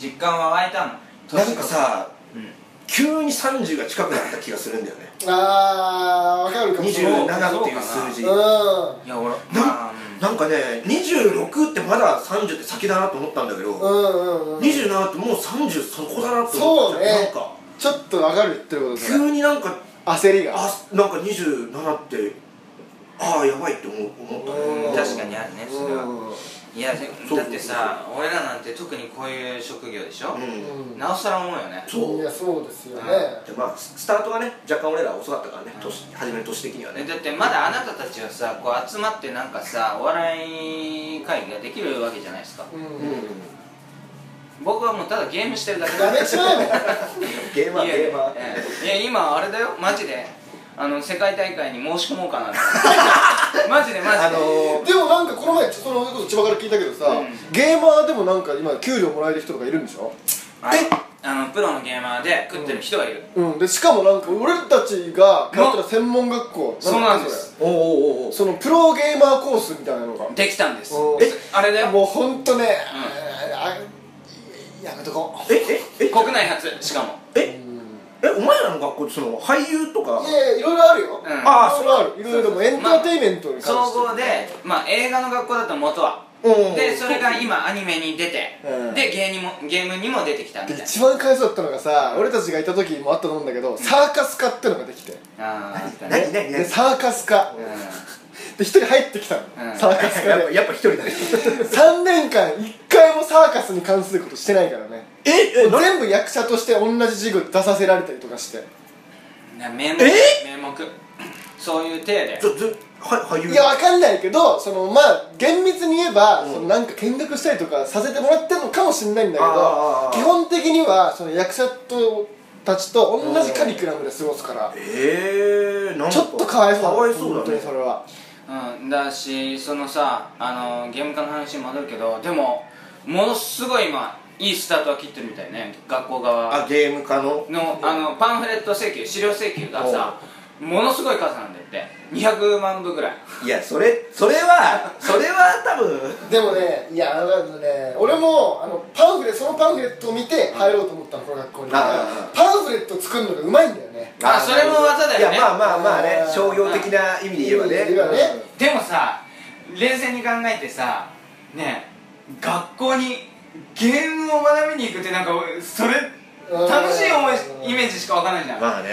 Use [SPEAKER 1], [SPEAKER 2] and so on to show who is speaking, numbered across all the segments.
[SPEAKER 1] 実感は湧いたの
[SPEAKER 2] なんかさ
[SPEAKER 1] うん
[SPEAKER 2] 急に30が近くなった気がするんだよね
[SPEAKER 3] あーわかるかもしれない
[SPEAKER 2] 27っていう数字
[SPEAKER 3] うん
[SPEAKER 1] いや俺ま
[SPEAKER 2] な
[SPEAKER 1] あうん
[SPEAKER 2] なんかね26ってまだ30って先だなと思ったんだけど、
[SPEAKER 3] うんうんうん
[SPEAKER 2] 27ってもう30そこだなと思った
[SPEAKER 3] そうね
[SPEAKER 2] なんか
[SPEAKER 3] ちょっとわかるってことだね
[SPEAKER 2] 急になんか
[SPEAKER 3] 焦りが
[SPEAKER 2] あなんか27ってああやばいって思思ったね
[SPEAKER 3] うん
[SPEAKER 1] 確かにあるねそれは
[SPEAKER 3] うん
[SPEAKER 1] いやで
[SPEAKER 2] そう
[SPEAKER 1] だってさ俺らなんて特にこういう職業でしょ、
[SPEAKER 2] うん
[SPEAKER 3] うん
[SPEAKER 1] なおさら思うよね
[SPEAKER 2] そう
[SPEAKER 3] いやそうですよね
[SPEAKER 2] でまあススタートがね若干俺ら遅かったからね年初めの年的には
[SPEAKER 1] え
[SPEAKER 2] ね
[SPEAKER 1] だってまだあなたたちはさこう集まってなんかさお笑い会ができるわけじゃないですか
[SPEAKER 3] うん
[SPEAKER 2] うん
[SPEAKER 1] 僕はもうただゲームしてるだけ
[SPEAKER 3] やめちまえ
[SPEAKER 2] ゲーマー
[SPEAKER 1] い
[SPEAKER 2] ゲ
[SPEAKER 1] や
[SPEAKER 2] ーマー
[SPEAKER 1] ええいや今あれだよマジであの世界大会に申し込もうかなって マジでマジで、
[SPEAKER 2] あの
[SPEAKER 3] ばでもなんかこの前そのこと千葉から聞いたけどさ
[SPEAKER 1] うん
[SPEAKER 3] ゲーマーでもなんか今給料もらえる人とかいるんでしょ
[SPEAKER 1] あのあのプロのゲーマーで食ってる人がいる、
[SPEAKER 3] うんでしかもなんか俺たちが通ってた専門学校
[SPEAKER 1] そうなんです
[SPEAKER 2] おうおうおうおう
[SPEAKER 3] それそのプロゲーマーコースみたいなのが
[SPEAKER 1] できたんです
[SPEAKER 3] お
[SPEAKER 2] え
[SPEAKER 1] あれだよ
[SPEAKER 3] もうほんとねあやめとこ
[SPEAKER 2] えええ
[SPEAKER 1] 国内初しかも
[SPEAKER 2] え
[SPEAKER 3] ううん
[SPEAKER 2] えお前らの学校ってその俳優とか
[SPEAKER 3] いやいやいろいろあるよ
[SPEAKER 1] うん
[SPEAKER 2] あー
[SPEAKER 3] いろいろあるいろいろでもエンターテインメントに関して
[SPEAKER 1] 総合で、まあ、映画の学校だと元は
[SPEAKER 2] うん
[SPEAKER 1] でそれが今アニメに出て、
[SPEAKER 2] うん
[SPEAKER 1] で芸人もゲームにも出てきたみたい
[SPEAKER 3] で
[SPEAKER 1] な
[SPEAKER 3] 一番かわいそうだったのがさ俺たちがいた時もあったと思うんだけどサーカス科ってのができて
[SPEAKER 1] あーあったね
[SPEAKER 2] 何何
[SPEAKER 3] で
[SPEAKER 2] 何
[SPEAKER 3] サーカス科
[SPEAKER 1] うん
[SPEAKER 3] で一人入ってきたの
[SPEAKER 1] うん
[SPEAKER 3] サーカス科
[SPEAKER 2] やっぱ
[SPEAKER 3] で
[SPEAKER 2] やっぱ一人だね
[SPEAKER 3] 3年間1回もサーカスに関することしてないからね
[SPEAKER 2] ええ何
[SPEAKER 3] 全部役者として同じ授業出させられたりとかして
[SPEAKER 1] な名目
[SPEAKER 2] え
[SPEAKER 1] 名目そういう体で
[SPEAKER 2] ちょずは俳優
[SPEAKER 3] いやわかんないけどそのまあ厳密に言えば、
[SPEAKER 2] うん
[SPEAKER 3] そのなんか見学したりとかさせてもらってるのかもしれないんだけ
[SPEAKER 2] あーあーあ
[SPEAKER 3] ど
[SPEAKER 2] ー
[SPEAKER 3] 基本的にはその役者とたちと同じカリキュラムで過ごすから
[SPEAKER 2] ええなん
[SPEAKER 3] ちょっとかわいそうだ
[SPEAKER 2] かわいそう
[SPEAKER 3] 本当
[SPEAKER 2] だ
[SPEAKER 3] に
[SPEAKER 2] ね
[SPEAKER 3] それは
[SPEAKER 1] うん、だしそのさあのゲーム化の話に戻るけどでもものすごい今いいスタートは切ってるみたいね学校側
[SPEAKER 2] あゲーム化の
[SPEAKER 1] のあのパンフレット請求資料請求がさものすごい数なんだって200万部ぐらい
[SPEAKER 2] いやそれそれはそれは多分
[SPEAKER 3] でもねいやあのね俺もあのパンフレそのパンフレットを見て入ろうと思ったのこの学校に
[SPEAKER 2] あー
[SPEAKER 3] パンフレット作るのがうまいんだよね
[SPEAKER 1] あそれも技だよね
[SPEAKER 2] いやまあまあまあね
[SPEAKER 3] うん
[SPEAKER 2] 商業的な意味で言えばね
[SPEAKER 3] いいよね
[SPEAKER 1] でもさ冷静に考えてさねえ学校にゲームを学びに行くってなんかそれ
[SPEAKER 3] うん
[SPEAKER 1] 楽しい思いイメージしかわかんないじゃん、
[SPEAKER 2] まあね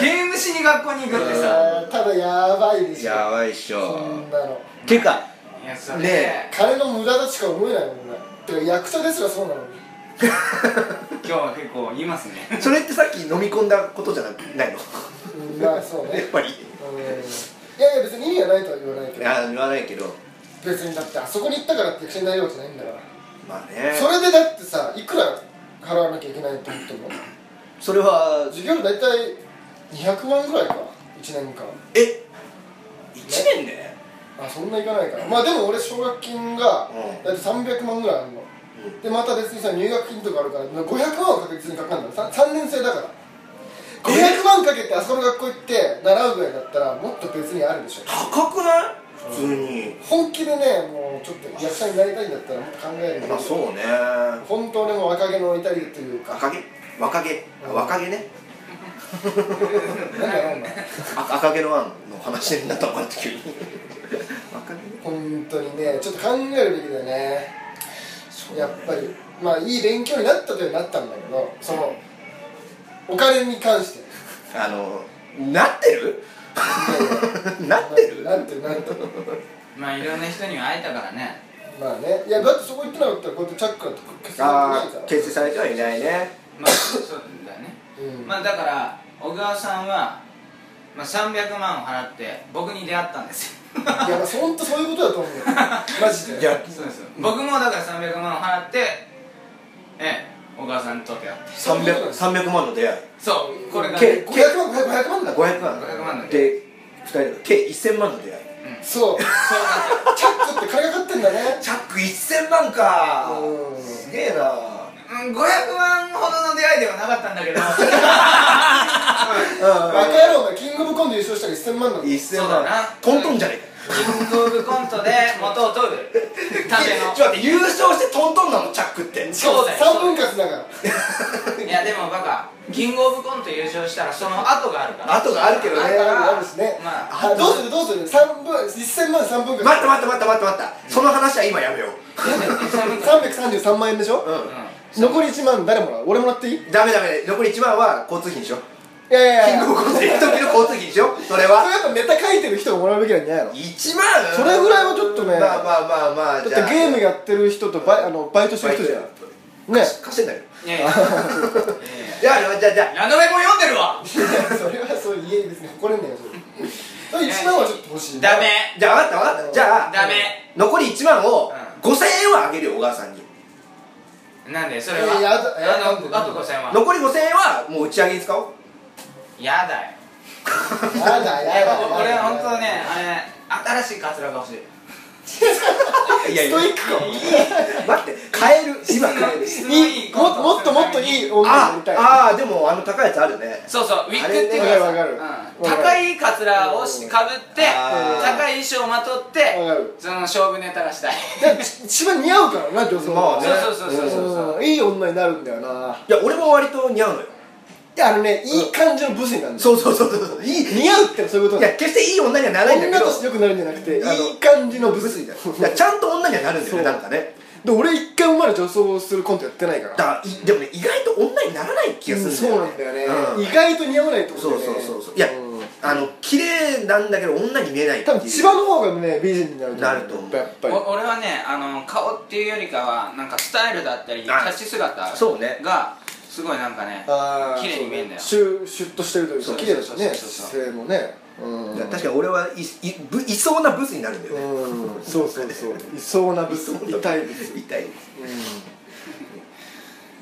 [SPEAKER 1] ゲームしに学校に行くってさ
[SPEAKER 3] あーただやばいでしょ
[SPEAKER 2] やばいっし
[SPEAKER 3] そ
[SPEAKER 2] ょ
[SPEAKER 3] んなの
[SPEAKER 2] てか
[SPEAKER 1] いやそれ
[SPEAKER 2] ねえ
[SPEAKER 3] 金の無駄だとしか思えないもんねてか役者ですらそうなのに
[SPEAKER 1] 今日は結構言いますね
[SPEAKER 2] それってさっき飲み込んだことじゃなないの
[SPEAKER 3] うんまあそうね
[SPEAKER 2] やっぱり
[SPEAKER 3] うんいやいや別に意味はないとは言わないけ
[SPEAKER 2] い
[SPEAKER 3] ど
[SPEAKER 2] や言わないけど
[SPEAKER 3] 別にだってあそこに行ったからって役者になるわけじゃないんだから
[SPEAKER 2] まあね
[SPEAKER 3] それでだってさいくら払わなきゃいけないと思っても
[SPEAKER 2] それは
[SPEAKER 3] 授業料大体200万ぐらいか1年間
[SPEAKER 2] え一年で
[SPEAKER 3] あそんないかないからまあでも俺奨学金が
[SPEAKER 2] うん
[SPEAKER 3] 大体300万ぐらいあるの
[SPEAKER 2] うん
[SPEAKER 3] でまた別にさ入学金とかあるから500万は確実にかかるんだよ 3, 3年生だから500万かけてあそこの学校行って習うぐらいだったらもっと別にあるでしょ
[SPEAKER 2] 高くない普通に
[SPEAKER 3] 本気でねもうちょっと役者になりたいんだったらもっと考えるよ
[SPEAKER 2] まあそうね
[SPEAKER 3] 本当にもう若気の至りというか
[SPEAKER 2] 若毛若毛
[SPEAKER 3] うん
[SPEAKER 2] 若毛ね
[SPEAKER 3] なんだろうな
[SPEAKER 2] あ赤毛の案の話になったのかなって急に若毛ね
[SPEAKER 3] 本当にねちょっと考えるべきだよね
[SPEAKER 2] そう
[SPEAKER 3] や
[SPEAKER 2] だ
[SPEAKER 3] っ
[SPEAKER 2] ね
[SPEAKER 3] ぱりまあいい勉強になったというなったんだけどそのお金に関して
[SPEAKER 2] あのなってる なってる
[SPEAKER 3] なってるなってる
[SPEAKER 1] まあいろんな人には会えたからね
[SPEAKER 3] まあねいやだってそこ行ってなかったらこうやってチャックラとか消
[SPEAKER 2] あ
[SPEAKER 3] さ
[SPEAKER 2] あ
[SPEAKER 3] れてない
[SPEAKER 2] 結成
[SPEAKER 3] か
[SPEAKER 2] されてはいないね
[SPEAKER 1] まあそうだね、
[SPEAKER 3] らうん
[SPEAKER 1] まあだから小川さんは、まあ、300万を払って僕に出会ったんですよ
[SPEAKER 3] いやまあほんとそういうことだと思うよマジで
[SPEAKER 2] いや
[SPEAKER 1] そうですよ僕もだから300万を払ってええ小川さんと出会って
[SPEAKER 3] そういうことなん
[SPEAKER 2] 300,
[SPEAKER 3] です
[SPEAKER 2] 300万の出会い
[SPEAKER 1] そうこれが、
[SPEAKER 2] け
[SPEAKER 1] ね、
[SPEAKER 3] 500万500万500万だ
[SPEAKER 2] 500万
[SPEAKER 1] 500万の出会
[SPEAKER 2] で2人で計1000万の出会い
[SPEAKER 3] そ
[SPEAKER 1] そうなん
[SPEAKER 3] う
[SPEAKER 1] ですよ
[SPEAKER 3] チャックって金かかってんだね
[SPEAKER 2] チャック1000万か
[SPEAKER 3] うん
[SPEAKER 2] すげえな
[SPEAKER 1] うん500万ほどの出会いではなかったんだけど
[SPEAKER 3] 若い野郎がキングオブコント優勝したら1000万なの
[SPEAKER 2] 1000
[SPEAKER 1] そうだな
[SPEAKER 2] 万トントンじゃねえか
[SPEAKER 1] キングオブコントで元を取 るため
[SPEAKER 2] ちょっと待って優勝してトントンなのチャックって
[SPEAKER 1] のそうだよ
[SPEAKER 3] 3分割だから
[SPEAKER 1] いやでもバカキングオブコント優勝したらその後があるから
[SPEAKER 2] 後があるけど
[SPEAKER 3] あ
[SPEAKER 2] ね
[SPEAKER 3] るあるあるしね、
[SPEAKER 1] ま
[SPEAKER 2] あ
[SPEAKER 3] あどうするどうする3分1000万3分割
[SPEAKER 2] 待って待って待って待って待ったその話は今やめよう
[SPEAKER 3] 333万円でしょ、
[SPEAKER 2] う
[SPEAKER 3] 残り1万誰もらう俺もらっていいい
[SPEAKER 2] んダメダメ残り1万は交通費にしよう
[SPEAKER 3] やいや
[SPEAKER 2] キン
[SPEAKER 3] いや
[SPEAKER 2] グオブコント行く時の交通費にしようそれ
[SPEAKER 3] それ
[SPEAKER 2] は
[SPEAKER 3] やっぱネタ書いてる人がもらうべきなんじゃないの
[SPEAKER 2] 1万
[SPEAKER 3] それぐらいはちょっとね
[SPEAKER 2] まあまあまあまあ
[SPEAKER 3] だってゲームやってる人とバイあのバイトしてる人じゃんね
[SPEAKER 2] 稼いだよ
[SPEAKER 1] いやいやいや
[SPEAKER 2] じゃあじゃあじゃあじゃあ
[SPEAKER 1] ラノベも読んでるわ
[SPEAKER 3] それはそう家に別に誇れんねよそれそれ1万はちょっと欲しい
[SPEAKER 1] ダメ
[SPEAKER 2] じゃあ分かった分かったじゃあ
[SPEAKER 1] ダメ
[SPEAKER 2] 残り1万を
[SPEAKER 1] う
[SPEAKER 2] 5000円はあげるよ小川さんに
[SPEAKER 1] なんでそれはあ
[SPEAKER 3] いやあとえなんで
[SPEAKER 1] のあと5000は
[SPEAKER 2] 残り5000円はもう打ち上げに使おう
[SPEAKER 1] やだよ
[SPEAKER 3] やだ
[SPEAKER 1] いや
[SPEAKER 3] やだ
[SPEAKER 1] 俺本当ねあれ新しいカツラが欲しい
[SPEAKER 2] い
[SPEAKER 3] ストイックか
[SPEAKER 2] 待って買える今買える
[SPEAKER 1] 質の
[SPEAKER 3] いいもっともっともっといい女にな
[SPEAKER 2] あ
[SPEAKER 3] りたい
[SPEAKER 2] あーでもあの高いやつあるね
[SPEAKER 1] そうそうウィッグっていう
[SPEAKER 3] あれねわかる
[SPEAKER 1] うん
[SPEAKER 3] わかる
[SPEAKER 1] 高いカツラをしかぶって
[SPEAKER 2] あ
[SPEAKER 3] ー
[SPEAKER 1] 高い衣装をまとって
[SPEAKER 3] わかる
[SPEAKER 1] その勝負ネタがしたい
[SPEAKER 3] でもち一番似合うからな女性
[SPEAKER 2] まあね
[SPEAKER 1] そうそうそうそうそうそう
[SPEAKER 3] うんいい女になるんだよない
[SPEAKER 2] や俺も割と似合うのよ
[SPEAKER 3] であのねいい感じのブスになるんだよ
[SPEAKER 2] そうそうそうそういい
[SPEAKER 3] 似合うってそういうこと
[SPEAKER 2] い
[SPEAKER 3] だ
[SPEAKER 2] や決していい女にはならないんだけ
[SPEAKER 3] 女
[SPEAKER 2] ど
[SPEAKER 3] として良くなるんじゃなくてい
[SPEAKER 2] あの
[SPEAKER 3] い感じのブ
[SPEAKER 2] ブ
[SPEAKER 3] ス
[SPEAKER 2] スみ
[SPEAKER 3] に
[SPEAKER 2] た
[SPEAKER 3] なる
[SPEAKER 2] いなちゃんと女にはなるんだよ
[SPEAKER 3] そう
[SPEAKER 2] ねなんかね
[SPEAKER 3] で俺一回生まれ女装するコントやってないから
[SPEAKER 2] だからいでもね意外と女にならない気がするんだ
[SPEAKER 3] そう
[SPEAKER 2] よ
[SPEAKER 3] な
[SPEAKER 2] ね
[SPEAKER 3] んだよね、
[SPEAKER 2] うん
[SPEAKER 3] 意外と似合わないってこと
[SPEAKER 2] そ
[SPEAKER 3] だ
[SPEAKER 2] う
[SPEAKER 3] よね
[SPEAKER 2] そうそうそういや
[SPEAKER 3] ん
[SPEAKER 2] あの綺麗なんだけど女に見えないってい
[SPEAKER 3] 多
[SPEAKER 2] う
[SPEAKER 3] 分千葉の方がね美人になる
[SPEAKER 2] なると思う
[SPEAKER 3] やっぱり
[SPEAKER 1] お俺はねあの顔っていうよりかはなんかスタイルだったり
[SPEAKER 2] あ
[SPEAKER 1] 立ち姿
[SPEAKER 2] そうね
[SPEAKER 1] がすごいなんかね
[SPEAKER 3] あー
[SPEAKER 1] 綺麗に見えんだよ
[SPEAKER 3] シュシュッとしてるという
[SPEAKER 1] そ
[SPEAKER 3] か
[SPEAKER 1] う
[SPEAKER 3] 綺麗だしね
[SPEAKER 1] そうそうそう
[SPEAKER 3] 姿勢もねうん
[SPEAKER 2] いや確かに俺はいいぶいそうなブスになるんだよね
[SPEAKER 3] うんそうそうそういそうなブス痛いブス
[SPEAKER 2] 痛いで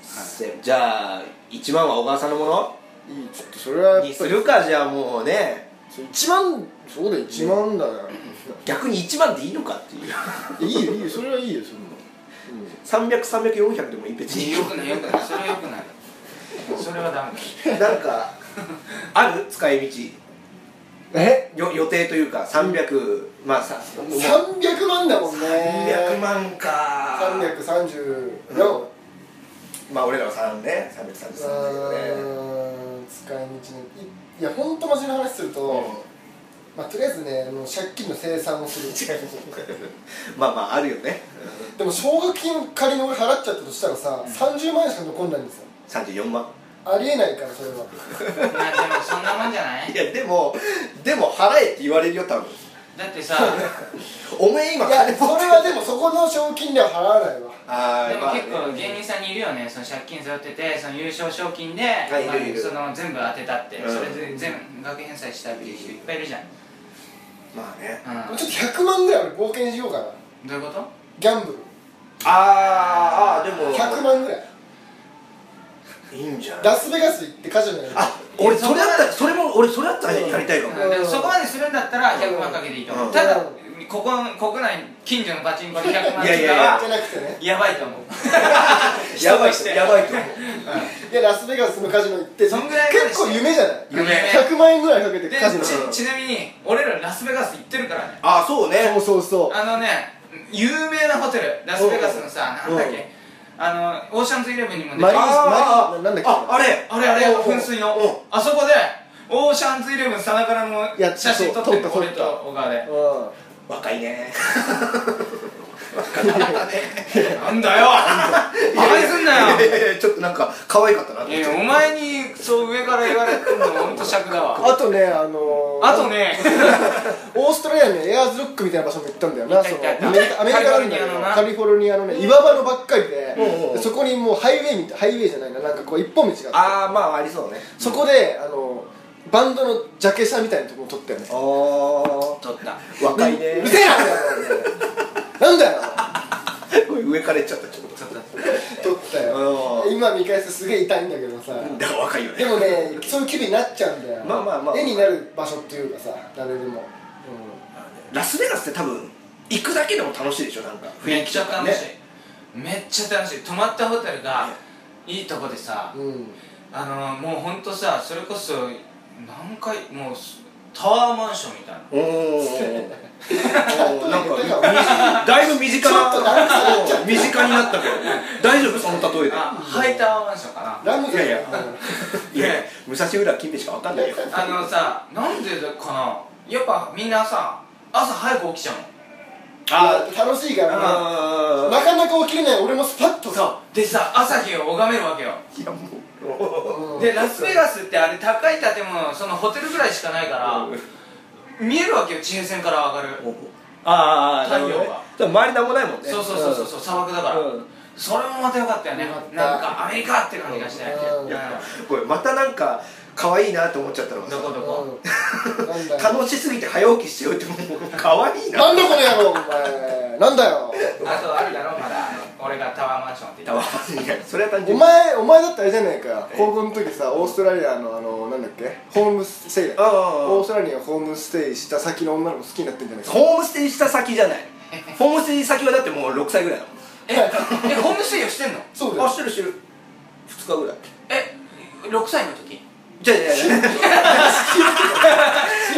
[SPEAKER 2] すじゃあ1万は小川さんのもの
[SPEAKER 3] うんいいちょっとそれはやっぱ
[SPEAKER 2] に
[SPEAKER 3] り
[SPEAKER 2] するかじゃあもうね
[SPEAKER 3] そう一万そうだよ一万 だよ、
[SPEAKER 2] 逆に1万でいいのかっていう
[SPEAKER 3] いいよいいよそれはいいよそんな、
[SPEAKER 2] 300300でもいい別に
[SPEAKER 1] よくないよくないそれはよくないそれはダメだ
[SPEAKER 2] なんかある使い道
[SPEAKER 3] え
[SPEAKER 2] よ予定というか300まあさもう
[SPEAKER 3] 三百万だもんね
[SPEAKER 2] 300万か
[SPEAKER 3] 三百三十四
[SPEAKER 2] まあ俺らは3ね333だけどね
[SPEAKER 3] 使い道ねいいや本当真面目な話すると、
[SPEAKER 2] う
[SPEAKER 3] まあとりあえずねあの借金の清算をする
[SPEAKER 2] んまあまああるよね
[SPEAKER 3] でも奨学金仮に俺払っちゃったとしたらさ、三十万円しか残んないんですよ
[SPEAKER 2] 34万
[SPEAKER 3] ありえないからそれは
[SPEAKER 1] まあでもそんなもんじゃない
[SPEAKER 2] いやでもでも払えって言われるよ多分
[SPEAKER 1] だってさ
[SPEAKER 2] おめえ今
[SPEAKER 3] いや
[SPEAKER 2] 金
[SPEAKER 3] そ
[SPEAKER 2] 持って
[SPEAKER 3] れはでもそこの賞金では払わないわ
[SPEAKER 2] あ
[SPEAKER 1] で
[SPEAKER 2] ー
[SPEAKER 1] も
[SPEAKER 2] まあ
[SPEAKER 1] 結構芸
[SPEAKER 2] ね
[SPEAKER 1] 人さんにいるよねその借金背負っててその優勝賞金で、
[SPEAKER 2] いいるいる
[SPEAKER 1] その全部当てたって、
[SPEAKER 2] うん
[SPEAKER 1] それで全部学費返済したっていう人いっぱいいるじゃん、
[SPEAKER 2] まあね
[SPEAKER 1] うん
[SPEAKER 3] ちょっと100万ぐらい俺冒険しようかな
[SPEAKER 1] どういうこと
[SPEAKER 3] ギャンブル
[SPEAKER 2] あーあーでも
[SPEAKER 3] 100万ぐらい
[SPEAKER 2] いいんじゃない
[SPEAKER 3] ラスベガス行ってカジノやる
[SPEAKER 2] あ俺それだったらそれも俺それだったらやりたいかも
[SPEAKER 3] ん
[SPEAKER 1] でもそこまでするんだったら100万かけていいと思う、
[SPEAKER 2] うん
[SPEAKER 1] ただ
[SPEAKER 3] う
[SPEAKER 1] ここ国内近所のパチンコで100万
[SPEAKER 2] いや
[SPEAKER 1] とか
[SPEAKER 2] いやい
[SPEAKER 3] や
[SPEAKER 2] や
[SPEAKER 3] って
[SPEAKER 1] は
[SPEAKER 3] なくてね
[SPEAKER 1] やばいと思う
[SPEAKER 2] やばい
[SPEAKER 1] 人として
[SPEAKER 2] やばいと思う
[SPEAKER 3] いやラスベガスのカジノ行って
[SPEAKER 1] そんぐらいまでして
[SPEAKER 3] 結構夢じゃない
[SPEAKER 2] 夢
[SPEAKER 3] 100万円ぐらいかけて
[SPEAKER 1] で
[SPEAKER 3] カジノ
[SPEAKER 1] ちちなみに俺らラスベガス行ってるからね
[SPEAKER 2] あーそうね
[SPEAKER 3] そうそうそう
[SPEAKER 1] あのね有名なホテルラスベガスのさ
[SPEAKER 3] うん
[SPEAKER 1] なんだっけあのオーシャンズイレブンにも出て
[SPEAKER 3] マリ
[SPEAKER 1] る
[SPEAKER 3] ー
[SPEAKER 2] あーあ
[SPEAKER 3] マリー
[SPEAKER 2] ー
[SPEAKER 3] なんだっけ
[SPEAKER 2] ああれ
[SPEAKER 1] あれあれ
[SPEAKER 3] おうおう
[SPEAKER 1] 噴水の
[SPEAKER 2] お
[SPEAKER 1] あそこでオーシャンズイレブンさながらの
[SPEAKER 3] や
[SPEAKER 1] 写真
[SPEAKER 3] そ
[SPEAKER 1] 撮
[SPEAKER 3] う
[SPEAKER 1] ってる
[SPEAKER 3] 撮った
[SPEAKER 1] 俺
[SPEAKER 3] 撮
[SPEAKER 1] と
[SPEAKER 3] った
[SPEAKER 1] 小川で
[SPEAKER 3] うん
[SPEAKER 2] 若い ね
[SPEAKER 1] なんだよバカにすんなよ
[SPEAKER 2] いやいやいやちょっとなんか可愛かったなと思
[SPEAKER 1] い
[SPEAKER 2] って
[SPEAKER 1] やお前にそう上から言われてんのほんと尺だわ
[SPEAKER 3] あとねあのー
[SPEAKER 1] あとね
[SPEAKER 3] オーストラリアのエアーズロックみたいな場所も行ったんだよな
[SPEAKER 1] 行
[SPEAKER 3] そ
[SPEAKER 1] っ
[SPEAKER 3] の
[SPEAKER 1] た行った
[SPEAKER 3] アメリカアメリカがあるんだけどカ
[SPEAKER 1] カ
[SPEAKER 3] リフォルニアのね岩場のばっかりで
[SPEAKER 2] うんうん
[SPEAKER 3] でそこにもうハイウェイみたいハイウェイじゃないななんかこう一本道があって
[SPEAKER 2] ああまあありそうね
[SPEAKER 3] そこであのバンドのジャケ写みたいなとこも撮ったよね
[SPEAKER 2] ああ
[SPEAKER 1] 撮った
[SPEAKER 2] 若いね
[SPEAKER 3] うるせえななんだよ
[SPEAKER 2] これ上から言っちゃったちょっと
[SPEAKER 1] 撮った
[SPEAKER 3] 撮ったよ
[SPEAKER 2] う
[SPEAKER 3] 今見返すとすげえ痛いんだけどさ
[SPEAKER 2] だから若いよね
[SPEAKER 3] でもねそういう気分になっちゃうんだよ
[SPEAKER 2] まあまあまあ
[SPEAKER 3] 絵になる場所っていうかさ誰でも
[SPEAKER 2] ラスベガスって多分行くだけでも楽しいでしょなんか
[SPEAKER 1] め
[SPEAKER 2] 雰
[SPEAKER 1] っ
[SPEAKER 2] 囲気
[SPEAKER 1] ちゃ
[SPEAKER 2] とか
[SPEAKER 1] 楽
[SPEAKER 2] ね
[SPEAKER 1] しいめっちゃ楽しい泊まったホテルがいいとこでさ
[SPEAKER 3] うんうん
[SPEAKER 1] あのもうほんとさそれこそ何回もうすタワーマンションみたいな
[SPEAKER 2] おーおーなんかみだいぶ身近な
[SPEAKER 3] ちょっとなんかそうなっちゃっ
[SPEAKER 2] 身近になったけど大丈夫その例えで
[SPEAKER 1] あハイタワーマンションかな
[SPEAKER 3] ラム
[SPEAKER 2] いやいやいや武蔵浦金兵衛しかわかんないよ
[SPEAKER 1] あのさなんでかなやっぱみんなさ朝早く起きちゃうもん
[SPEAKER 3] あ楽しいからな
[SPEAKER 2] あ
[SPEAKER 3] なかなか起きれない俺もスパッとさ
[SPEAKER 1] そうでさ朝日を拝めるわけよ
[SPEAKER 2] ーいやもう
[SPEAKER 3] うん
[SPEAKER 1] でラスベガスってあれ高い建物そのホテルぐらいしかないから見えるわけよ地平線から上がる
[SPEAKER 2] ああ
[SPEAKER 1] 太陽が
[SPEAKER 2] 周りなんもないもんね
[SPEAKER 1] そうそうそうそうそう砂漠だから、
[SPEAKER 2] うん
[SPEAKER 1] それもまた良かったよね
[SPEAKER 3] よかった
[SPEAKER 1] なんかアメリカって感じがして、
[SPEAKER 3] う
[SPEAKER 1] う
[SPEAKER 3] ん
[SPEAKER 1] ん
[SPEAKER 2] いやこれまたなんか可愛いなって思っちゃったのがさ
[SPEAKER 1] どこどこ、
[SPEAKER 3] うんなんだよ
[SPEAKER 2] 楽しすぎて早起きしようってもう可愛いな
[SPEAKER 3] なんだこの野郎お前なんだよ
[SPEAKER 1] あとあるだろまだ俺がタワーマンションって言
[SPEAKER 2] た
[SPEAKER 1] っ
[SPEAKER 2] わいやそれは単
[SPEAKER 4] お
[SPEAKER 2] 純に
[SPEAKER 4] 前お前だったらあれじゃないか高校の時さオーストラリアのあのなんだっけホームステイ
[SPEAKER 2] ああああ
[SPEAKER 4] オーストラリアホームステイした先の女の子好きになってんじゃないか
[SPEAKER 2] ホームステイした先じゃないホームステイ先はだってもう6歳ぐらいだもん
[SPEAKER 1] たええホームステイをしてんの
[SPEAKER 3] そうだよ
[SPEAKER 2] あしてるしてる2日ぐらい
[SPEAKER 1] え6歳の時
[SPEAKER 2] じゃあじゃあ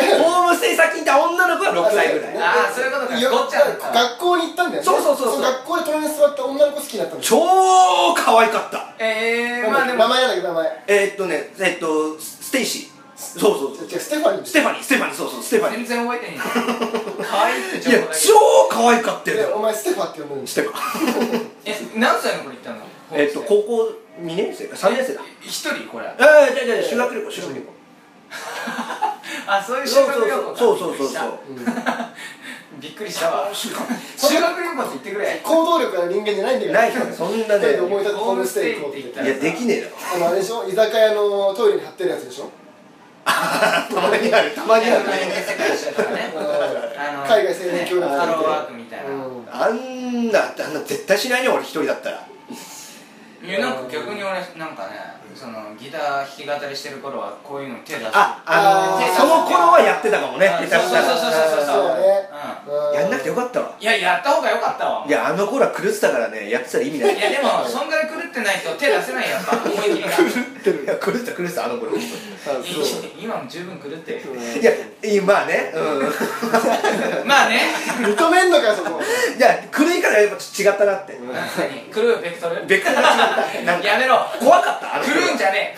[SPEAKER 2] じゃ あホームステイ先にいた女の子は6歳ぐらい
[SPEAKER 1] ああそういうことか
[SPEAKER 3] いや
[SPEAKER 1] ごっちゃだった
[SPEAKER 3] 学校に行ったんだよね
[SPEAKER 2] そうそうそうそう
[SPEAKER 3] の学校で隣に座った女の子好きになったんだよ
[SPEAKER 2] 超可愛かった
[SPEAKER 1] ええー、まあで
[SPEAKER 3] 名
[SPEAKER 1] も
[SPEAKER 3] 前やだけど名前
[SPEAKER 2] えー、っとねえーっとステイシーそうそうそう
[SPEAKER 3] 違うステファニー
[SPEAKER 2] ステファニーステファニーそうそうステファニー
[SPEAKER 1] 全然覚えてへんよ 可愛いって
[SPEAKER 2] いや
[SPEAKER 1] 情報だけ
[SPEAKER 2] 超可愛かった
[SPEAKER 3] いや
[SPEAKER 2] よ
[SPEAKER 3] お前ステファって呼ぶんで
[SPEAKER 2] ステファニー
[SPEAKER 1] え何歳の頃行ったの
[SPEAKER 2] えーっと高校2年生か3年生だ
[SPEAKER 1] 一人これ
[SPEAKER 2] えー、じゃあじゃあ修学旅行修学旅行
[SPEAKER 1] あそういう
[SPEAKER 2] そう
[SPEAKER 1] 修学旅行か
[SPEAKER 2] そうそうそうそうそう
[SPEAKER 1] びっくりしたわ修学旅行って言ってくれ
[SPEAKER 3] 行動力が人間じゃないんだから
[SPEAKER 2] ないからそんな
[SPEAKER 3] 一人で思い
[SPEAKER 2] ね
[SPEAKER 3] 立ってホームステイ行こうって言って
[SPEAKER 2] いやできねえだろ
[SPEAKER 3] あのあれでしょ居酒屋のトイレに貼ってるやつでしょ
[SPEAKER 2] たまにあるたまにある
[SPEAKER 1] 世界一周とかねあの
[SPEAKER 3] 海外青年協力
[SPEAKER 1] ねハローワークみたいな、
[SPEAKER 3] うん
[SPEAKER 2] あんなあんな絶対しないね俺一人だったら
[SPEAKER 1] いやなんか逆に俺なんかねそのギター弾き語りしてる頃はこういうのに手出して
[SPEAKER 2] ああの
[SPEAKER 3] あー
[SPEAKER 2] その頃はやってたかもね
[SPEAKER 1] あ
[SPEAKER 2] 下手したら
[SPEAKER 1] そうそうそうそう
[SPEAKER 3] そうね
[SPEAKER 1] う
[SPEAKER 3] うん
[SPEAKER 2] やんなくてよかったわ
[SPEAKER 1] んいややった方が良かったわ
[SPEAKER 2] いやあの頃は狂ってたからねやってたら意味ない
[SPEAKER 1] いやで もそんぐらい狂ってないと手出せないやっぱ思い切りが
[SPEAKER 2] いや狂ってた狂ってたあの頃い
[SPEAKER 4] あそう
[SPEAKER 1] 今も十分狂ってるよ
[SPEAKER 2] やいいまあねう
[SPEAKER 1] まあね
[SPEAKER 3] 認めんのかよそこ
[SPEAKER 2] んいや狂いからやっぱちょっと違ったなって
[SPEAKER 1] 何狂うベクトル
[SPEAKER 2] ベクトルが違ったなんか
[SPEAKER 1] やめろ
[SPEAKER 2] 怖かったあの頃
[SPEAKER 1] 狂うんじゃね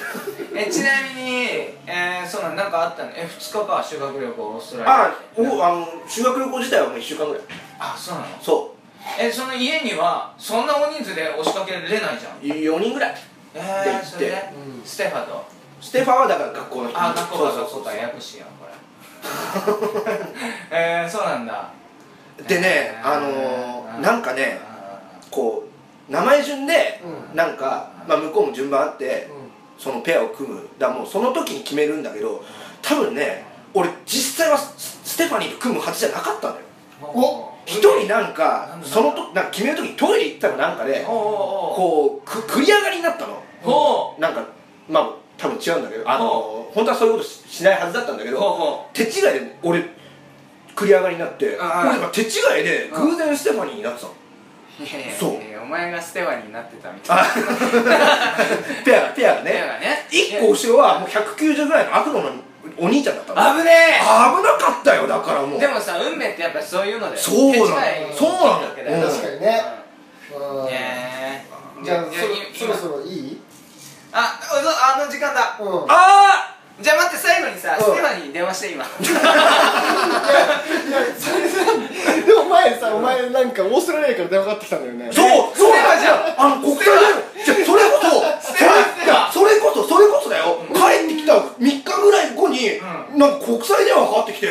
[SPEAKER 1] ええちなみにえー、そうなんなんかあったのえ二日か修学旅行オーストラリア
[SPEAKER 2] あおあの修学旅行自体はもう1週間ぐらい
[SPEAKER 1] あそうなの
[SPEAKER 2] そ
[SPEAKER 1] えその家にはそんな大人数で押しかけられないじゃん
[SPEAKER 2] う4人ぐらい
[SPEAKER 1] えー、
[SPEAKER 2] で
[SPEAKER 1] それで、
[SPEAKER 3] うん
[SPEAKER 1] ステファと
[SPEAKER 2] ステファンはだから学校の人
[SPEAKER 1] あ学校か
[SPEAKER 2] そう
[SPEAKER 1] 学
[SPEAKER 2] そ
[SPEAKER 1] 校
[SPEAKER 2] うそ
[SPEAKER 1] か
[SPEAKER 2] う
[SPEAKER 1] ややこしいやんこれ えー、そうなんだ
[SPEAKER 2] でね
[SPEAKER 1] えー
[SPEAKER 2] あのー
[SPEAKER 1] う
[SPEAKER 2] なんかねこう名前順で
[SPEAKER 3] うん
[SPEAKER 2] なんか、まあ、向こうも順番あって
[SPEAKER 3] うん
[SPEAKER 2] そのペアを組むだからもうその時に決めるんだけど多分ね俺実際はスステファニーと組むはずじゃなかったんだよ
[SPEAKER 3] お
[SPEAKER 2] 一人なん
[SPEAKER 1] な
[SPEAKER 2] か
[SPEAKER 1] んだ
[SPEAKER 2] そのとなんか決める時にトイレ行ったかなんかで
[SPEAKER 1] おおお
[SPEAKER 2] こうく繰り上がりになったの
[SPEAKER 1] おお
[SPEAKER 2] なんかまあ多分違うんだけどあの
[SPEAKER 1] ほ
[SPEAKER 2] 本当はそういうことししないはずだったんだけ
[SPEAKER 1] ほうほう
[SPEAKER 2] ど手違いで俺繰り上がりになって俺
[SPEAKER 1] あー
[SPEAKER 2] なんか手違いで偶然ステファニーになってたの
[SPEAKER 1] いやいや
[SPEAKER 2] そう
[SPEAKER 1] いやお前がステファニーになってたみたいな
[SPEAKER 2] あペアがペアがね
[SPEAKER 1] ペアがね
[SPEAKER 2] 1個後ろはもう190ぐらいの悪路のお兄ちゃんだったの
[SPEAKER 1] 危ね
[SPEAKER 2] 危なかったよだからも
[SPEAKER 1] え
[SPEAKER 2] う
[SPEAKER 1] でもさ運命ってやっぱそういうのだよ
[SPEAKER 2] そうな
[SPEAKER 1] 手違
[SPEAKER 2] の
[SPEAKER 1] い
[SPEAKER 2] そうなの
[SPEAKER 1] きっかけだよ
[SPEAKER 2] うん
[SPEAKER 3] 確かにねうん
[SPEAKER 1] ねえ
[SPEAKER 3] じゃあ
[SPEAKER 1] いや
[SPEAKER 3] そそ
[SPEAKER 1] 今
[SPEAKER 3] ろそろいい
[SPEAKER 1] あおあの時間だ
[SPEAKER 3] うん
[SPEAKER 2] あ
[SPEAKER 1] じゃあ待って最後にさ
[SPEAKER 3] うん
[SPEAKER 1] ステファニーに電話して今
[SPEAKER 3] いやそれさ
[SPEAKER 4] でも前さお前なんかオーストラリアから電話かかってきたんだよね
[SPEAKER 2] あそうそう
[SPEAKER 1] ステファじゃ
[SPEAKER 2] あの国会だよじゃあそれこそ
[SPEAKER 1] ステファステファ
[SPEAKER 2] それこそそれこそだよ帰ってきた3日ぐらい後に
[SPEAKER 1] う
[SPEAKER 2] なんか国際電話かかってきて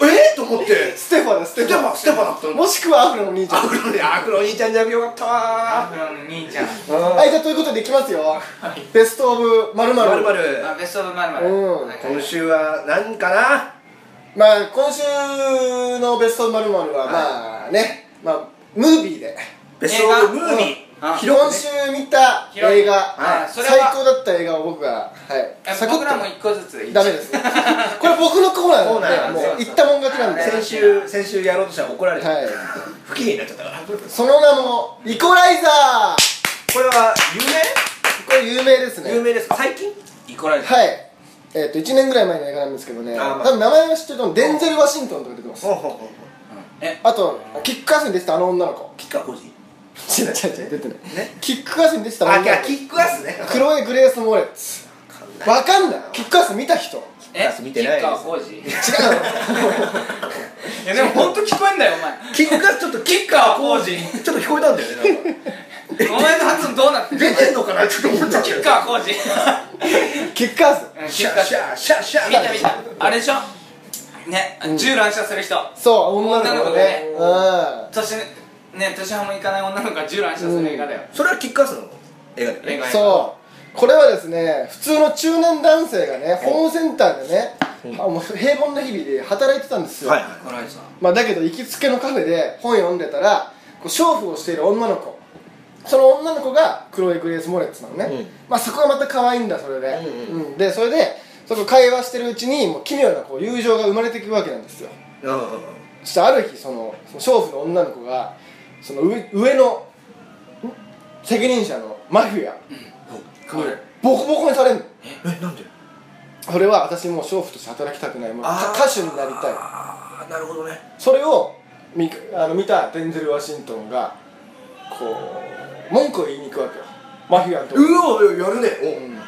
[SPEAKER 2] ええと思って
[SPEAKER 4] ステファだステ
[SPEAKER 2] ス
[SPEAKER 4] フ
[SPEAKER 2] テファ
[SPEAKER 4] ァ
[SPEAKER 2] ステファだったの
[SPEAKER 4] もしくはアフロの兄ちゃん
[SPEAKER 2] 悪路で悪路お兄ちゃんじゃよかったわ
[SPEAKER 1] アフロの兄ちゃん
[SPEAKER 4] はいじゃあということでいきますよベストオブまるま
[SPEAKER 2] まるま
[SPEAKER 4] る
[SPEAKER 2] る
[SPEAKER 1] あベストオブまるまる
[SPEAKER 4] うん
[SPEAKER 1] はい
[SPEAKER 2] 今週は何かな
[SPEAKER 4] まあ今週のベストオブまるまるはまあねまあムービーで
[SPEAKER 2] ベストオブムービー
[SPEAKER 1] あ
[SPEAKER 4] 今週見た映
[SPEAKER 1] は
[SPEAKER 4] 画
[SPEAKER 1] いそれ
[SPEAKER 4] 最
[SPEAKER 1] は
[SPEAKER 4] 高だった映画を僕がはい
[SPEAKER 1] え僕らも
[SPEAKER 4] サクッ
[SPEAKER 1] 一個ずつ
[SPEAKER 4] とダメですこれ僕のコーナーなん
[SPEAKER 2] コ
[SPEAKER 4] で
[SPEAKER 2] ーナー
[SPEAKER 4] もう言ったもん勝ちなんで
[SPEAKER 1] そうそう
[SPEAKER 2] 先週先週やろうとしたら怒られた、
[SPEAKER 4] はい
[SPEAKER 2] 不機嫌になっちゃったからこ
[SPEAKER 4] その名もイコライザー
[SPEAKER 2] れは
[SPEAKER 4] これ有名です
[SPEAKER 2] 有名
[SPEAKER 4] ね
[SPEAKER 2] 有名ですか最近
[SPEAKER 1] イコライザー
[SPEAKER 4] はい
[SPEAKER 3] えっと1年ぐらい前の映画なんですけどね
[SPEAKER 2] あーまあ
[SPEAKER 3] 多分名前は知ってると思うデンゼル・ワシントンとか出てます
[SPEAKER 2] ほうほうほう
[SPEAKER 1] え
[SPEAKER 3] あとキックアスに出てたあの女の子
[SPEAKER 2] キッカージ
[SPEAKER 3] 違う違う違う出てない
[SPEAKER 2] ね
[SPEAKER 3] キックアスに出てた
[SPEAKER 2] あ
[SPEAKER 3] 女
[SPEAKER 2] いや
[SPEAKER 3] の
[SPEAKER 2] キッ
[SPEAKER 3] 子
[SPEAKER 2] クアスね
[SPEAKER 3] クロエ・グレース・モレッツわかんないキックアス見た人違う
[SPEAKER 1] え
[SPEAKER 2] 見てないです
[SPEAKER 1] 吉川晃司 いやで
[SPEAKER 2] で
[SPEAKER 1] も
[SPEAKER 2] も
[SPEAKER 1] 本当聞こえんだよお
[SPEAKER 2] キックアスちょっとキッカー工事ちょっと聞こえたんだよねなんか
[SPEAKER 1] 前お前の発音どうなってる
[SPEAKER 2] 出てんのかなちょっと思ったんだ
[SPEAKER 1] 吉
[SPEAKER 2] よね
[SPEAKER 1] 川晃司
[SPEAKER 3] キックアス
[SPEAKER 1] うん
[SPEAKER 2] シ
[SPEAKER 1] 吉
[SPEAKER 2] ャ
[SPEAKER 1] 川
[SPEAKER 2] ーシャーシャーシャー
[SPEAKER 1] 見た見たあれでしょね銃乱射する人
[SPEAKER 3] そう女の子がね
[SPEAKER 1] 女の
[SPEAKER 3] う
[SPEAKER 1] 子
[SPEAKER 3] ん
[SPEAKER 1] 年ね年半もいかない女の子が銃乱射する映画だよ
[SPEAKER 2] それはキックアスの映画だよね
[SPEAKER 1] 映画
[SPEAKER 3] そうこれはですね普通の中年男性がねホームセンターでねあもう平凡な日々で働いてたんですよ
[SPEAKER 2] はいはい
[SPEAKER 1] これさ
[SPEAKER 3] まあ、だけど行きつけのカフェで本読んでたらこう勝負をしている女の子その女の子がクロエ・グレース・モレッツなのね、
[SPEAKER 2] うん
[SPEAKER 3] まあ、そこがまた可愛いんだそれで、
[SPEAKER 2] うん
[SPEAKER 3] うんでそれでその会話してるうちにもう奇妙なこう友情が生まれていくわけなんですよ
[SPEAKER 2] うんうんうん
[SPEAKER 3] そしてある日そのその娼婦の女の子がその上上のん責任者のマフィア
[SPEAKER 1] これ
[SPEAKER 3] ボコボコにされんの
[SPEAKER 2] えなんで
[SPEAKER 3] それは私もう娼婦として働きたくないもう
[SPEAKER 2] あ
[SPEAKER 3] 歌
[SPEAKER 2] ー
[SPEAKER 3] 歌手になりたい
[SPEAKER 2] ああなるほどね
[SPEAKER 3] それを見あの見たデンゼル・ワシントンがこう文句を言いに行くわけよマフィアのとこ
[SPEAKER 2] うおやる
[SPEAKER 3] う
[SPEAKER 2] ね
[SPEAKER 3] ん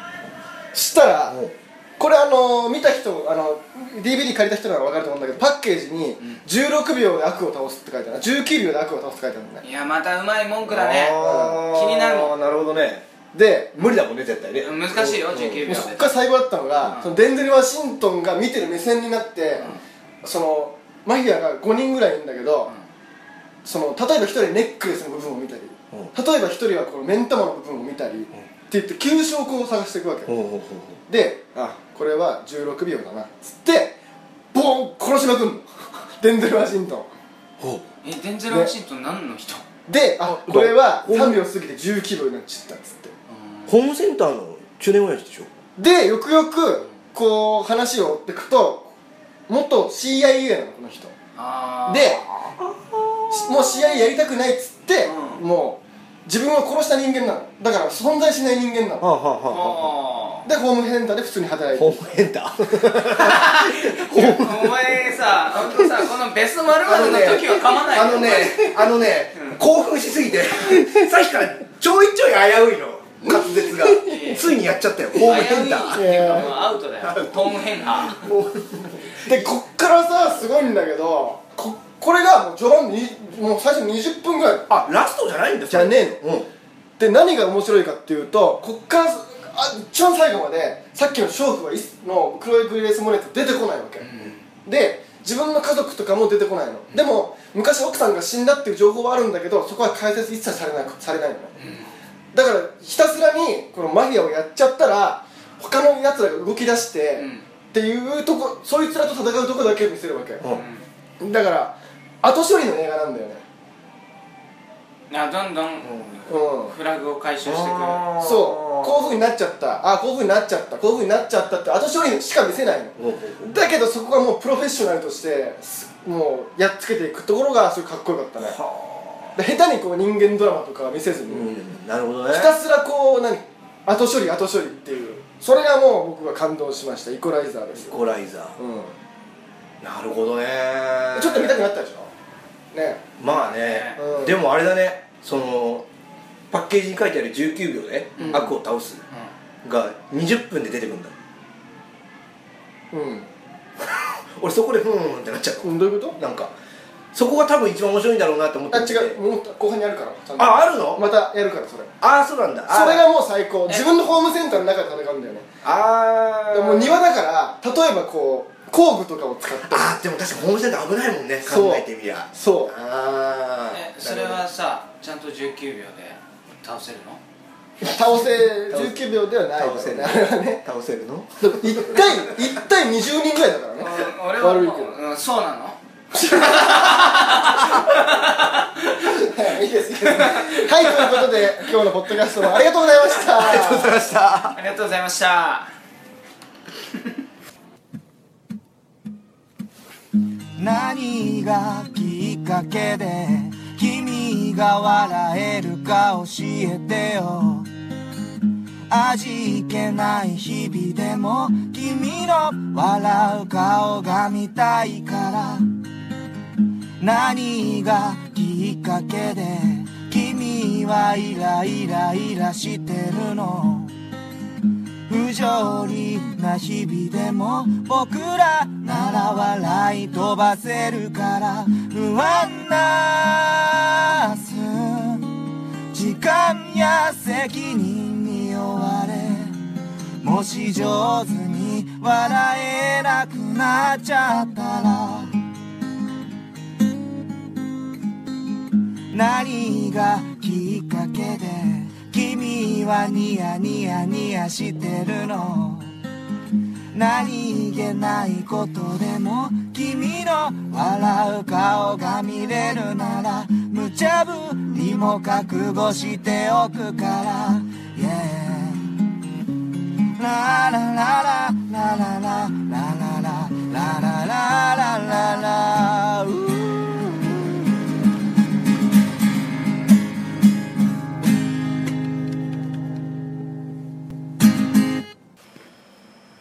[SPEAKER 3] したら
[SPEAKER 2] お
[SPEAKER 3] これあの見た人あの DVD 借りた人なら分かると思うんだけどパッケージに「16秒で悪を倒す」って書いてある19秒で悪を倒すって書いてあるんだね
[SPEAKER 1] いやまたうまい文句だね
[SPEAKER 2] あー
[SPEAKER 1] 気になるもん
[SPEAKER 2] なるほどね
[SPEAKER 3] で
[SPEAKER 2] 無理だもんね絶対ね
[SPEAKER 1] 難しいよ19
[SPEAKER 3] も
[SPEAKER 1] 秒
[SPEAKER 3] うそっから最後だったのが、
[SPEAKER 1] うん
[SPEAKER 3] そのデンゼル・ワシントンが見てる目線になって、そのマフィアが5人ぐらいいるんだけど、その例えば1人ネックレスの部分を見たり、
[SPEAKER 2] う
[SPEAKER 3] 例えば1人はこの目ん玉の部分を見たり、って言って急証拠を探していくわけ、
[SPEAKER 2] ほうほうほう
[SPEAKER 3] であこれは16秒だなっつってボーン殺しまくんの デンゼル・ワシントン
[SPEAKER 2] ほうほ
[SPEAKER 1] えデンゼル・ワシントン何の人
[SPEAKER 3] であこれは3秒過ぎて19秒になっちゃったっつって
[SPEAKER 2] うホームセンターの中年親父でしょ
[SPEAKER 3] でよくよくこう話を追っていくと元 CIA なのこの人
[SPEAKER 1] あー
[SPEAKER 3] でもう試合やりたくないっつって、
[SPEAKER 1] うん
[SPEAKER 3] もう自分を殺した人間なのだから存在しない人間なの
[SPEAKER 2] はあはあは
[SPEAKER 1] あ
[SPEAKER 3] でホームセンターで普通に働いて
[SPEAKER 2] ホ
[SPEAKER 3] る
[SPEAKER 2] ームセンター
[SPEAKER 1] ーお前さ本当さこのベスト丸丸の時は噛まないで
[SPEAKER 2] あのねあのね興奮しすぎてさっきからちょいちょい危ういの滑舌が
[SPEAKER 1] え
[SPEAKER 2] ついにやっちゃったよ
[SPEAKER 1] 危
[SPEAKER 2] ホームセ
[SPEAKER 1] う
[SPEAKER 2] ン
[SPEAKER 1] い
[SPEAKER 2] タ
[SPEAKER 1] っ
[SPEAKER 2] ー
[SPEAKER 1] ていうかもうアウトだよトム・ヘンハー
[SPEAKER 3] でこっからさすごいんだけどここれがもう序盤にもう最初20分ぐらい
[SPEAKER 2] あラストじゃないんだ
[SPEAKER 3] じゃねえ
[SPEAKER 2] のうん
[SPEAKER 3] で何が面白いかっていうとこっからあ一番最後までさっきの娼婦はいつの黒いグレース・モレット出てこないわけ、で自分の家族とかも出てこないの、でも昔奥さんが死んだっていう情報はあるんだけどそこは解説一切されないされないのね、だからひたすらにこのマフィアをやっちゃったら他のやつらが動き出して、
[SPEAKER 1] うん
[SPEAKER 3] っていうとこそいつらと戦うとこだけ見せるわけ、
[SPEAKER 2] うん
[SPEAKER 3] だから後処理の映画なんだよね
[SPEAKER 1] あどんどん
[SPEAKER 3] うん
[SPEAKER 1] フラグを回収してくる
[SPEAKER 2] あー
[SPEAKER 3] そうこういうふうになっちゃったあこういうふうになっちゃったこういうふうになっちゃったって後処理しか見せないの
[SPEAKER 2] うん
[SPEAKER 3] だけどそこがもうプロフェッショナルとしてすもうやっつけていくところがすごいかっこよかったねで下手にこう人間ドラマとかは見せずに、
[SPEAKER 2] うんなるほどね
[SPEAKER 3] ひたすらこう何後処理後処理っていうそれがもう僕が感動しましたイコライザーです
[SPEAKER 2] イ
[SPEAKER 3] よ、
[SPEAKER 2] コライザー
[SPEAKER 3] うん、
[SPEAKER 2] なるほどね
[SPEAKER 3] ちょっと見たくなったでしょね
[SPEAKER 2] まあね、
[SPEAKER 3] うん
[SPEAKER 2] でもあれだねそのパッケージに書いてある19秒で、
[SPEAKER 3] うん
[SPEAKER 2] 悪を倒すが20分で出てくるんだ
[SPEAKER 3] うん
[SPEAKER 2] 俺そこでふーんってなっちゃう
[SPEAKER 3] うんどういうこと
[SPEAKER 2] なんかそこが多分一番面白いんだろうなって思って
[SPEAKER 3] あ
[SPEAKER 2] 見て
[SPEAKER 3] 違うもう後半にあるからちゃんと
[SPEAKER 2] ああるの、
[SPEAKER 3] またやるからそれ
[SPEAKER 2] ああそうなんだあー
[SPEAKER 3] それがもう最高
[SPEAKER 1] え
[SPEAKER 3] 自分のホームセンターの中で戦うんだよね
[SPEAKER 2] あ
[SPEAKER 3] で
[SPEAKER 2] あ
[SPEAKER 3] ももう庭だから例えばこう工具とかを使って
[SPEAKER 2] あーでも確かにホームセンター危ないもんね
[SPEAKER 3] そう
[SPEAKER 2] 考えてみりゃ
[SPEAKER 3] そう
[SPEAKER 2] ああ
[SPEAKER 1] えそれはさちゃんと19秒で倒せるの
[SPEAKER 3] 倒せ19秒ではない
[SPEAKER 2] 倒せ
[SPEAKER 3] ね
[SPEAKER 2] る
[SPEAKER 3] あれ はね
[SPEAKER 2] 倒せるの
[SPEAKER 3] 1対1対20人ぐらいだから
[SPEAKER 1] う
[SPEAKER 3] ね
[SPEAKER 1] ん俺は
[SPEAKER 3] 悪い
[SPEAKER 1] もう、うん、そうなの
[SPEAKER 3] けどはいいいですいいですはいということで今日のポッドキャストもありがとうございましたありがとうございました
[SPEAKER 1] ありがとうございました
[SPEAKER 5] 何がきっかけで君が笑えるか教えてよ味気ない日々でも君の笑う顔が見たいから何がきっかけで君はイライライラしてるの不条理な日々でも僕らなら笑い飛ばせるから不安な明日時間や責任に追われもし上手に笑えなくなっちゃったら何がきっかけで君はニヤニヤニヤしてるの何気ないことでも君の笑う顔が見れるなら無茶ぶりも覚悟しておくから